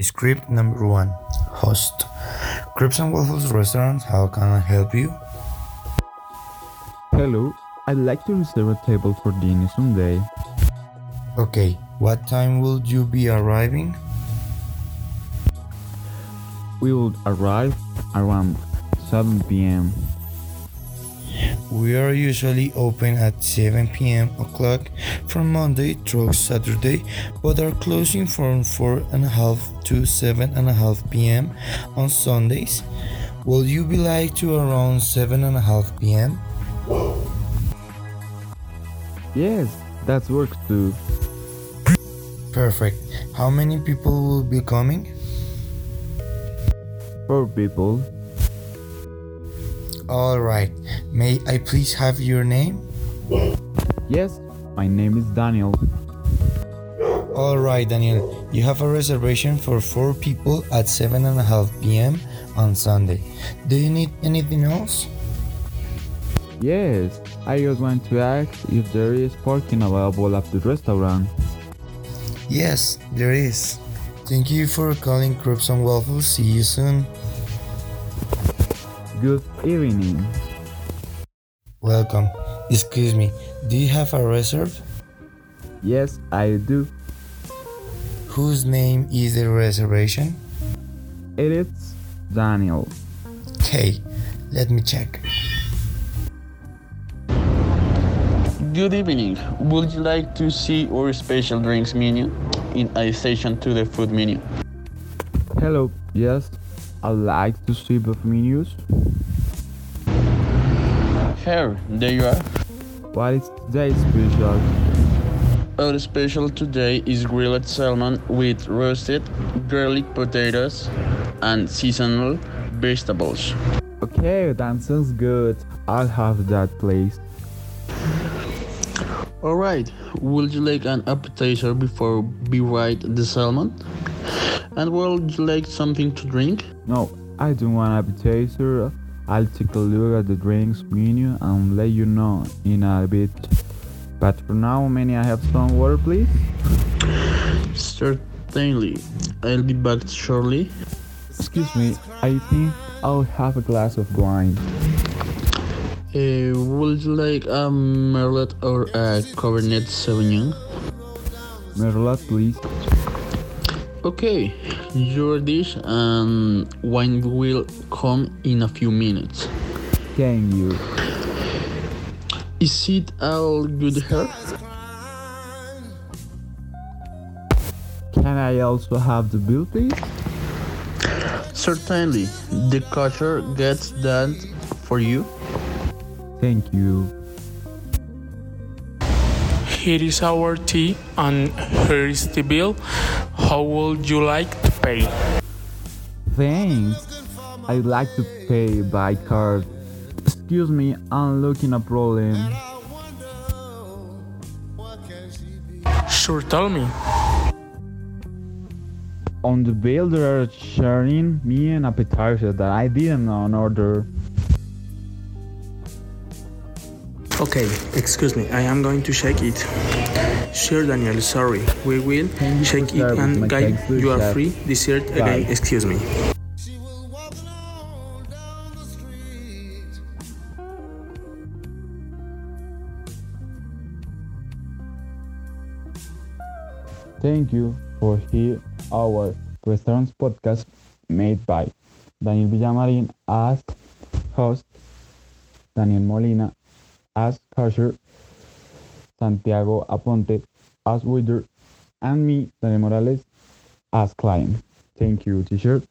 Script number one Host Crepes and Waffles Restaurant, how can I help you? Hello, I'd like to reserve a table for dinner someday. Okay, what time will you be arriving? We will arrive around 7 p.m. We are usually open at 7 p.m. o'clock from Monday through Saturday, but are closing from 4.30 to 7.30 p.m. on Sundays. Will you be like to around 7.30 p.m.? Yes, that works too. Perfect. How many people will be coming? Four people. Alright, may I please have your name? Yes, my name is Daniel. All right, Daniel. You have a reservation for four people at 7.30 p.m. on Sunday. Do you need anything else? Yes, I just want to ask if there is parking available at the restaurant. Yes, there is. Thank you for calling Crepes and Waffles. See you soon. Good evening. Welcome. Excuse me, do you have a reserve? Yes, I do. Whose name is the reservation? It is Daniel. Okay, let me check. Good evening. Would you like to see our special drinks menu in addition to the food menu? Hello, yes, I'd like to see the menus. Here, there you are. What is today's special? Our special today is grilled salmon with roasted garlic potatoes and seasonal vegetables. Okay, that sounds good. I'll have that, please. All right. Would you like an appetizer before we ride the salmon? And would you like something to drink? No, I don't want appetizer. I'll take a look at the drinks menu and let you know in a bit. But for now, may I have some water, please? Certainly. I'll be back shortly. Excuse me, I think I'll have a glass of wine. Uh, would you like a Merlot or a Cabernet Sauvignon? Merlot, please. Okay, your dish and wine will come in a few minutes. Can you? Is it all good here? Can I also have the bill, please? Certainly, the cutter gets that for you. Thank you. Here is our tea and here is the bill. How would you like to pay? Thanks. I'd like to pay by card. Excuse me, I'm looking a problem. Sure, tell me. On the bill, they are sharing me an appetizer that I didn't on order. Okay, excuse me, I am going to check it. Sure, Daniel, sorry. We will Thank you check for it service, my and guide thanks, good you are chef. free dessert again. Bye. Excuse me. Thank you for hearing our restaurants podcast made by Daniel Villamarin as host, Daniel Molina as cashier, Santiago Aponte as waiter, and me, Daniel Morales, as client. Thank you, teacher.